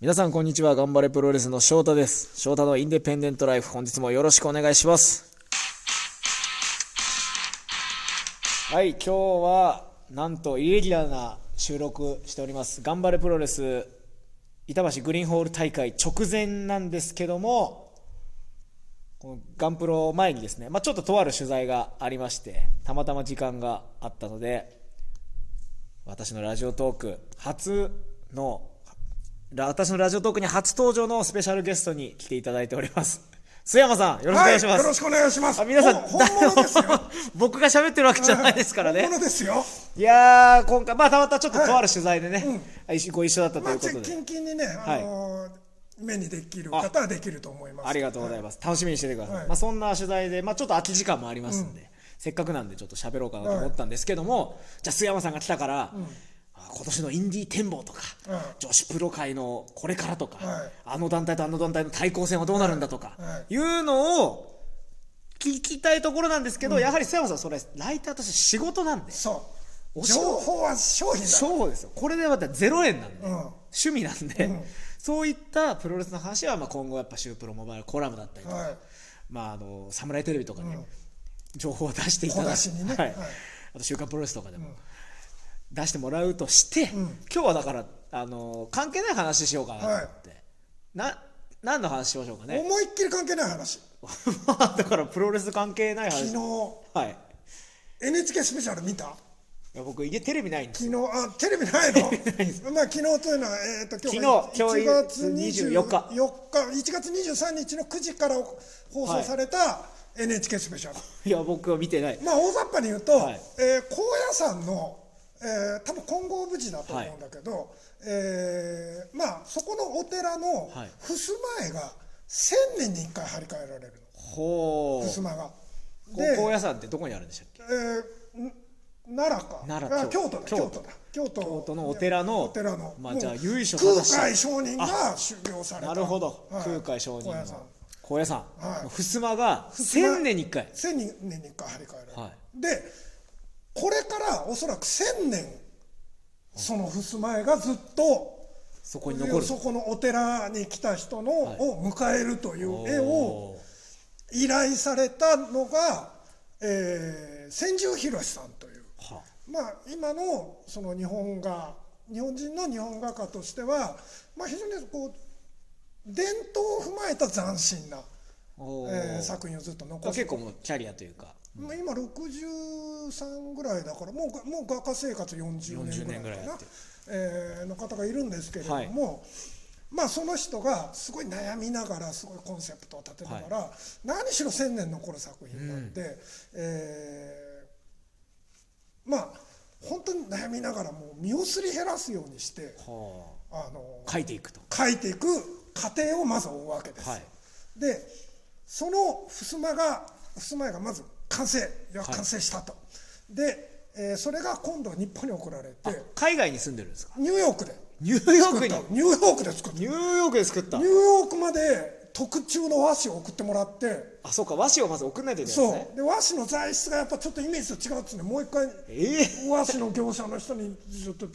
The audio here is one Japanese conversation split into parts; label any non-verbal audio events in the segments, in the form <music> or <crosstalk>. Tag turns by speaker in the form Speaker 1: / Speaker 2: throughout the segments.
Speaker 1: 皆さんこんにちは頑張れプロレスの翔太です翔太のインデペンデントライフ本日もよろしくお願いしますはい今日はなんとイレギュラーな収録しております頑張れプロレス板橋グリーンホール大会直前なんですけどもこのガンプロ前にですね、まあ、ちょっととある取材がありましてたまたま時間があったので私のラジオトーク初のら私のラジオトークに初登場のスペシャルゲストに来ていただいております須山さんよろしくお願いします、
Speaker 2: よろしくお願いします。
Speaker 1: あ皆さん
Speaker 2: ほ本物ですよ。
Speaker 1: <laughs> 僕が喋ってるわけじゃないですからね
Speaker 2: 本物ですよ。
Speaker 1: いやー今回まあたまたまちょっととある取材でね、一緒ご一緒だったと
Speaker 2: ま
Speaker 1: いう
Speaker 2: あ、
Speaker 1: ことで、
Speaker 2: 近々にね、あのー目にできる方はできると思います。
Speaker 1: ありがとうございます、楽しみにしててください、
Speaker 2: はい
Speaker 1: まあ、そんな取材で、まあ、ちょっと空き時間もありますんで、せっかくなんでちょっと喋ろうかなと思ったんですけども、じゃあ須山さんが来たから、あ今年のインディー展望とか、
Speaker 2: うん
Speaker 1: 女子プロ界のこれからとか、
Speaker 2: はい
Speaker 1: あの団体とあの団体の対抗戦はどうなるんだとか、
Speaker 2: はいはい
Speaker 1: い、うのを聞きたいところなんですけど、やはり須山さんそれライターとして仕事なんで
Speaker 2: そう。
Speaker 1: お仕
Speaker 2: 情
Speaker 1: 事
Speaker 2: 報は商品だ。
Speaker 1: そうですよこれでまた0円なんで、
Speaker 2: ん
Speaker 1: 趣味なんで、そういったプロレスの話はまあ今後やっぱ「シュープロモバイル」コラムだったりとか、
Speaker 2: はい
Speaker 1: まあ、あのサムライテレビとかね、情報を出していただ
Speaker 2: 小
Speaker 1: い
Speaker 2: 出しにね
Speaker 1: はい
Speaker 2: はい
Speaker 1: あと「週刊プロレス」とかでも出してもらうとして、今日はだからあの関係ない話しようかなと思って、な何の話しましょうかね
Speaker 2: 思いっきり関係ない話。
Speaker 1: <laughs> だからプロレス関係ない
Speaker 2: 昨
Speaker 1: 話
Speaker 2: 日
Speaker 1: はい
Speaker 2: NHK スペシャル見た。
Speaker 1: いや僕家テレビないんです
Speaker 2: 昨日あテレビないの。まあ昨日というのはえっ、と
Speaker 1: 昨日
Speaker 2: 1
Speaker 1: 今
Speaker 2: 月
Speaker 1: 日24日
Speaker 2: 4日1月23日の9時から放送された、NHK スペシャル。
Speaker 1: いや僕は見てない
Speaker 2: まあ、大雑把に言うと、
Speaker 1: はい
Speaker 2: えー高野山の、えー多分金剛無事だと思うんだけど、えーまあ、そこのお寺の
Speaker 1: はい
Speaker 2: 襖絵が1000年に1回張り替えられる
Speaker 1: ほ
Speaker 2: の
Speaker 1: う
Speaker 2: 襖が。で、
Speaker 1: 高野山ってどこにあるんでしたっけ
Speaker 2: えーん奈良か
Speaker 1: 奈良
Speaker 2: あ京都だ
Speaker 1: 京
Speaker 2: 京
Speaker 1: 都
Speaker 2: 都だ京都
Speaker 1: 京都のお寺の
Speaker 2: お寺の
Speaker 1: まあじゃあ
Speaker 2: もう
Speaker 1: 由緒正
Speaker 2: 空
Speaker 1: しい
Speaker 2: 海上人が修行された
Speaker 1: なるほど、
Speaker 2: はい
Speaker 1: 空海上人
Speaker 2: 高野山
Speaker 1: の高野山
Speaker 2: はい
Speaker 1: の襖が
Speaker 2: 襖
Speaker 1: 1000年に1回
Speaker 2: 1000年に1回張り替えられる、
Speaker 1: は
Speaker 2: でこれからおそらく1000年その襖絵がずっと
Speaker 1: そこに残る
Speaker 2: そこのお寺に来た人の、
Speaker 1: い
Speaker 2: を迎えるという絵を
Speaker 1: おー
Speaker 2: 依頼されたのが、えー千住博さんという、
Speaker 1: は
Speaker 2: まあ、今のその日本画日本人の日本画家としては、まあ、非常にこう伝統を踏まえた斬新な、
Speaker 1: おー
Speaker 2: えー作品をずっと残して
Speaker 1: 結構もうキャリアというか
Speaker 2: まあ今63ぐらいだからもうがもう画家生活40
Speaker 1: 40
Speaker 2: 年ぐらいか
Speaker 1: 年ぐらいや
Speaker 2: な
Speaker 1: ってる
Speaker 2: えーの方がいるんですけれども、
Speaker 1: はい
Speaker 2: まあその人がすごい悩みながらすごいコンセプトを立てながら、何しろ1000年残る作品なんで、えーまあ本当に悩みながらもう身をすり減らすようにして
Speaker 1: は
Speaker 2: あの
Speaker 1: あ書いていくと
Speaker 2: 書いていく過程をまず追うわけです、
Speaker 1: はい
Speaker 2: でその襖が襖絵がまず完成いや
Speaker 1: はい
Speaker 2: 完成したと、で、えーそれが今度は日本に送られて
Speaker 1: 海外に住んでるんですか
Speaker 2: ニューヨークで
Speaker 1: ニューヨーク
Speaker 2: 作
Speaker 1: に
Speaker 2: ったニューヨークで作ったニ
Speaker 1: ニューヨークで作った
Speaker 2: ューヨークまで特注の和紙を送ってもらって
Speaker 1: あそうか和紙をまず送んないといけないですね
Speaker 2: そうで和紙の材質がやっぱちょっとイメージと違うっつうんでもう一回
Speaker 1: ええ
Speaker 2: 和紙の業者の人にちょっと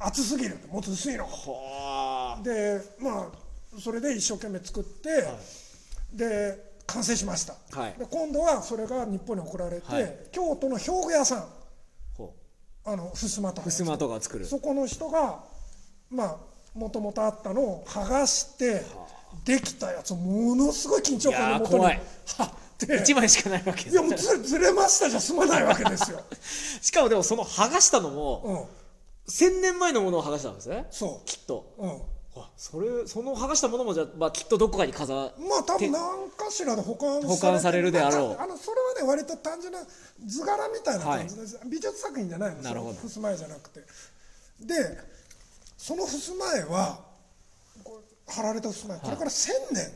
Speaker 2: 厚すぎるもっと薄いの
Speaker 1: はあ
Speaker 2: でまあそれで一生懸命作って、で完成しました、
Speaker 1: はい
Speaker 2: で今度はそれが日本に送られて、
Speaker 1: はい
Speaker 2: 京都の兵庫屋さん
Speaker 1: ほう
Speaker 2: あの襖とか
Speaker 1: 襖とかを作る
Speaker 2: そこの人がまあもともとあったのを剥がしてできたやつをものすごい緊張感のもとに
Speaker 1: いやー怖
Speaker 2: 貼
Speaker 1: い
Speaker 2: って
Speaker 1: 一枚しかないわけ
Speaker 2: いやもうずずれましたじゃ済まないわけですよ、
Speaker 1: しかもでもその剥がしたの
Speaker 2: う
Speaker 1: も
Speaker 2: ん、
Speaker 1: 1000年前のものを剥がしたんですね
Speaker 2: そう
Speaker 1: きっと
Speaker 2: うん
Speaker 1: あそれその剥がしたものもじゃあ、まあ、きっとどこかに飾
Speaker 2: まあ多分何かしらで保管
Speaker 1: 保管されるであろう
Speaker 2: まああのそれはね割と単純な図柄みたいな感じです、美術作品じゃないの
Speaker 1: なるほど
Speaker 2: その襖絵じゃなくてでその襖絵はこう貼られた襖絵これから1000年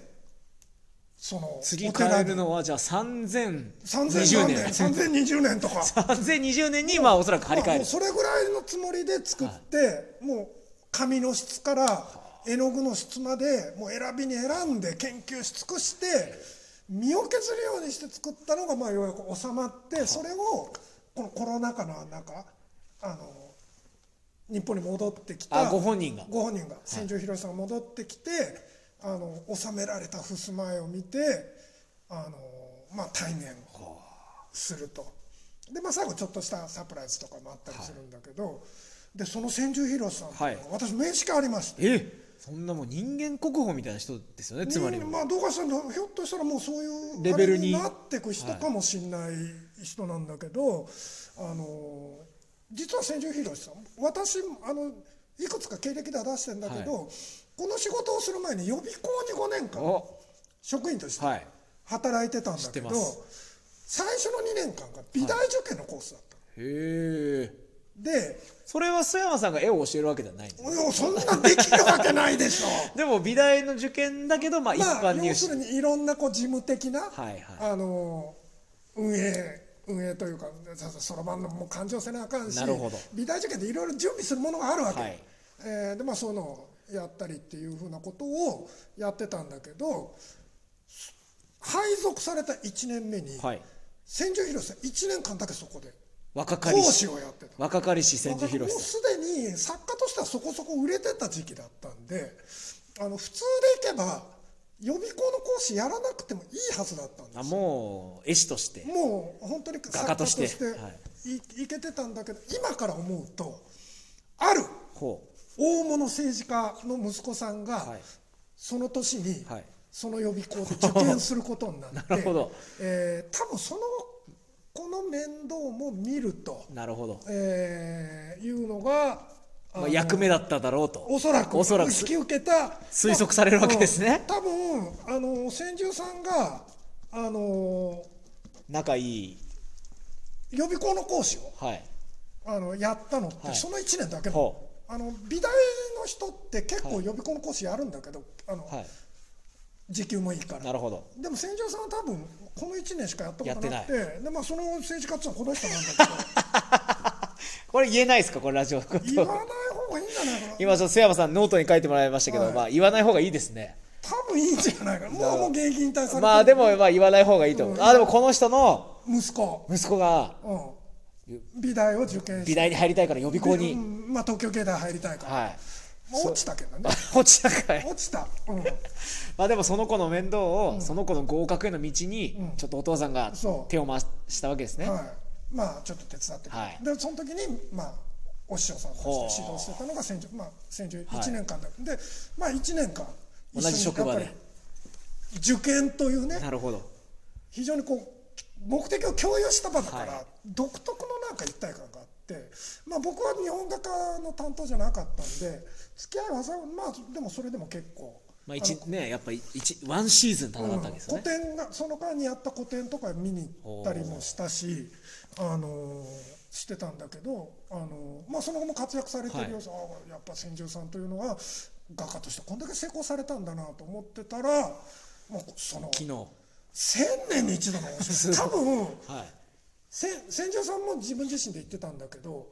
Speaker 2: その
Speaker 1: 次変
Speaker 2: お寺
Speaker 1: え
Speaker 2: に
Speaker 1: るのはじゃあ3020
Speaker 2: 3020年
Speaker 1: 年
Speaker 2: 3020年とか
Speaker 1: 3020年にまあおそらく張り
Speaker 2: まあ
Speaker 1: 替え
Speaker 2: も
Speaker 1: る
Speaker 2: うそれぐらいのつもりで作って、もう紙の質から絵の具の質までもう選びに選んで研究し尽くして身を削るようにして作ったのがまあようやく収まってそれをこのコロナ禍の中あの日本に戻ってき
Speaker 1: あ
Speaker 2: た
Speaker 1: ご本人が
Speaker 2: ご本人が千住博さんが戻ってきて、あの収められた襖絵を見てあの、まあ、対面するとで、まあ、最後ちょっとしたサプライズとかもあったりするんだけど、でその千住博さんっていうのが私名刺がありまして。
Speaker 1: えそんなもう人間国宝みたいな人ですよねつまり
Speaker 2: にまあ、どうかしたらひょっとしたらもうそういう
Speaker 1: レベルに
Speaker 2: あれなってく人かもしれない人なんだけど、あの実は千住博さん私あのいくつか経歴では出してんだけど、
Speaker 1: は
Speaker 2: この仕事をする前に予備校に5年間
Speaker 1: お
Speaker 2: 職員として
Speaker 1: はい
Speaker 2: 働いてたんだけど、
Speaker 1: 知ってます
Speaker 2: 最初の2年間が美大受験のコースだった
Speaker 1: へえ
Speaker 2: の、で
Speaker 1: それは須山さんが絵を教えるわけではないんですね
Speaker 2: いやそんなできるわけないでしょ
Speaker 1: でも美大の受験だけ <laughs> どまあ一
Speaker 2: まあ、
Speaker 1: 般入
Speaker 2: 要す
Speaker 1: 試、
Speaker 2: るにいろんなこう事務的な、
Speaker 1: はいはい
Speaker 2: あの運営運営というかさそろばんのもう勘定せなあかんし
Speaker 1: なるほど
Speaker 2: 美大受験でいろいろ準備するものがあるわけ、
Speaker 1: はい
Speaker 2: えーでまあそういうのをやったりっていうふうなことをやってたんだけど配属された1年目に、
Speaker 1: はい
Speaker 2: 千住博さん1年間だけそこで
Speaker 1: 若かりし
Speaker 2: 講師をやってた。
Speaker 1: 若かりし千住博
Speaker 2: もう
Speaker 1: さ
Speaker 2: すでに作家としてはそこそこ売れてた時期だったんであの普通でいけば予備校の講師やらなくてもいいはずだったんで
Speaker 1: んあ
Speaker 2: す
Speaker 1: もう絵師として
Speaker 2: もう本当に作
Speaker 1: 家として
Speaker 2: 作家
Speaker 1: は
Speaker 2: ていいけてたんだけど今から思うとある
Speaker 1: ほう
Speaker 2: 大物政治家の息子さんが、
Speaker 1: はい
Speaker 2: その年に、
Speaker 1: はい
Speaker 2: その予備校で受験することになって
Speaker 1: なるほど
Speaker 2: えー多分そのこの面倒も見ると。
Speaker 1: なるほど、
Speaker 2: えーいうのが、あ
Speaker 1: ま
Speaker 2: の
Speaker 1: あ、役目だっただろうと
Speaker 2: おそらく
Speaker 1: おそらく
Speaker 2: 引き受けた
Speaker 1: 推測されるわけですね
Speaker 2: まあうん多分あの千住さんがあの
Speaker 1: 仲いい
Speaker 2: 予備校の講師を
Speaker 1: はい
Speaker 2: あのやったのって、
Speaker 1: はい
Speaker 2: その1年だけなの
Speaker 1: ほ
Speaker 2: あの美大の人って結構予備校の講師やるんだけど、あの
Speaker 1: うはい
Speaker 2: 時給もいいから
Speaker 1: なるほど
Speaker 2: でも千住さんは多分この1年しかやったことなくて
Speaker 1: や
Speaker 2: で、まあ、その政治家っていうのはこの人なん
Speaker 1: <laughs>
Speaker 2: だ
Speaker 1: これ言えないですかこれラジオのこ
Speaker 2: けど言わ
Speaker 1: と
Speaker 2: ない方がいいんじゃないかな
Speaker 1: 今ちょっと須山さんノートに書いてもらいましたけど、
Speaker 2: はい
Speaker 1: まあ言わない方がいいですね
Speaker 2: 多分いいんじゃないかなもうもう現役引退されてる
Speaker 1: まあでもまあ言わない方がいいと思う、
Speaker 2: うん
Speaker 1: あでもこの人の
Speaker 2: 息子、
Speaker 1: 息子が
Speaker 2: うん、美大を受験して
Speaker 1: 美大に入りたいから予備校
Speaker 2: う
Speaker 1: に、
Speaker 2: んまあ、東京芸大入りたいから、
Speaker 1: はい
Speaker 2: まあ落ちたけどね
Speaker 1: 落ちたかい
Speaker 2: 落ちた、うん、
Speaker 1: まあでもその子の面倒を、その子の合格への道に
Speaker 2: うん
Speaker 1: ちょっとお父さんが
Speaker 2: そう
Speaker 1: 手を回したわけですね、
Speaker 2: はい、まあちょっと手伝ってくれ
Speaker 1: はい
Speaker 2: でその時にまあお師匠さんとして指導してたのが千住まあ千住
Speaker 1: はい
Speaker 2: 1年間だ、でまあ1年間
Speaker 1: 同じ職場で
Speaker 2: やっぱり受験というね
Speaker 1: なるほど
Speaker 2: 非常にこう目的を共有した場だから、
Speaker 1: はい
Speaker 2: 独特のなんか一体感があって、まあ、僕は日本画家の担当じゃなかったんで付き合いはさまあでもそれでも結構。
Speaker 1: まあ
Speaker 2: あの
Speaker 1: 一ねやっぱり一ワンシーズン戦ったわけですよ
Speaker 2: 古
Speaker 1: ね、
Speaker 2: 典がその間にやった古典とか見に行ったりもしたし、あのしてたんだけど、あのまあ、その後も活躍されてるよ、あやっぱ千住さんというのは画家としてこんだけ成功されたんだなと思ってたら、まあ、その
Speaker 1: 昨日は
Speaker 2: 千年に一度の面
Speaker 1: <laughs>
Speaker 2: 白い多分
Speaker 1: い
Speaker 2: せ千住さんも自分自身で言ってたんだけど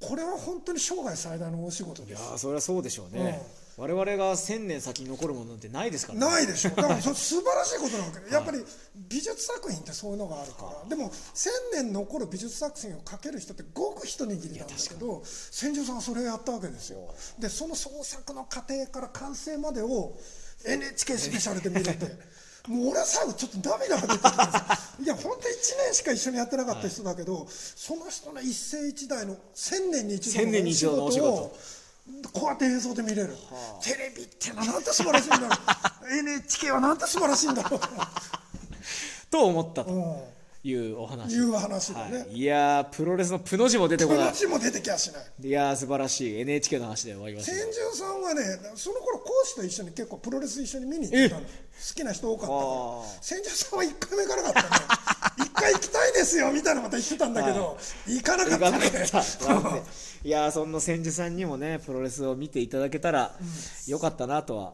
Speaker 2: これは本当に生涯最大の大仕事
Speaker 1: い
Speaker 2: で
Speaker 1: や
Speaker 2: す。
Speaker 1: ーそれはそうでしょうね、我々が1000年先に残るものなんてないですからね
Speaker 2: ないでしょだ
Speaker 1: <laughs>
Speaker 2: からそれ素晴らしいことなわけでやっぱり美術作品ってそういうのがあるからでも千年残る美術作品を描ける人ってごく一握りなんだけど千住さんはそれをやったわけですよでその創作の過程から完成までを NHK スペシャルで見れて
Speaker 1: <laughs>
Speaker 2: もう俺は最後ちょっと涙が出てきたんですよいや本当1年しか一緒にやってなかった人だけど、その人の一世一代の千年に一度
Speaker 1: 千年に一度の
Speaker 2: お
Speaker 1: お
Speaker 2: 仕
Speaker 1: 仕
Speaker 2: 事
Speaker 1: 事
Speaker 2: をこうやって映像で見れる、テレビってのはなんて素晴らしいんだろう NHK はなんて素晴らしいんだろ
Speaker 1: と思ったと
Speaker 2: う、
Speaker 1: いうお
Speaker 2: うん、
Speaker 1: 話、
Speaker 2: いう話だね、
Speaker 1: はい、いやープロレスのプの字も出て
Speaker 2: こ
Speaker 1: こ
Speaker 2: の
Speaker 1: ない
Speaker 2: 話も出てきやしない
Speaker 1: いやー素晴らしい NHK の話で終わりました
Speaker 2: 千
Speaker 1: ね
Speaker 2: 住さんはねその頃講師と一緒に結構プロレス一緒に見に行ってたの好きな人多かったか
Speaker 1: あ
Speaker 2: ら千住さんは1回目行かなかったね一回行きたいですよみたいなこと言ってたんだけど、
Speaker 1: は
Speaker 2: 行かなか
Speaker 1: よ
Speaker 2: っ
Speaker 1: か
Speaker 2: た
Speaker 1: った
Speaker 2: ね
Speaker 1: なんていやーそんな千住さんにもねプロレスを見ていただけたらよかったなとは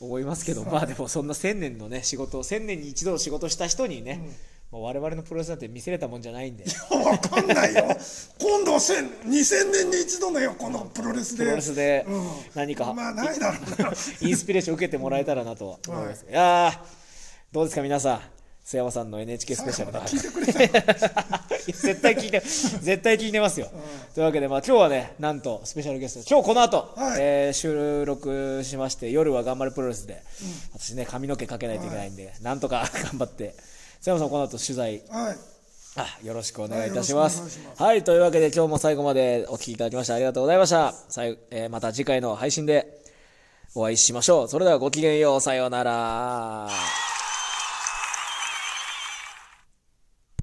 Speaker 1: 思いますけど、まあでもそんな1000年のね仕事を1000年に一度仕事した人にね、もう我々のプロレスなんて見せれたもんじゃないんで
Speaker 2: わかんないよ今度は千2000年に一度だよこのプロレスで
Speaker 1: プロレスで
Speaker 2: うん
Speaker 1: 何か
Speaker 2: まあないだろうな
Speaker 1: イン <laughs> スピレーション受けてもらえたらなと思います、い、やーどうですか皆さん須山さんの NHK スペシャル
Speaker 2: <laughs> 最後まで聞いてくれた
Speaker 1: はい絶対聞いて絶対聞いてますよ、
Speaker 2: ん
Speaker 1: というわけで、まあ、今日はねなんとスペシャルゲスト今日この後、
Speaker 2: はい
Speaker 1: えー収録しまして夜は頑張るプロレスで、私ね髪の毛かけないといけないんで、なんとか <laughs> 頑張って瀬山さんこの後取材
Speaker 2: はい
Speaker 1: あよろしくお願いいたしま
Speaker 2: はいよろし
Speaker 1: す
Speaker 2: くお願いしま
Speaker 1: はいというわけで今日も最後までお聞きいただきましてありがとうございましたさい、えーまた次回の配信でお会いしましょうそれではごきげんようさようなら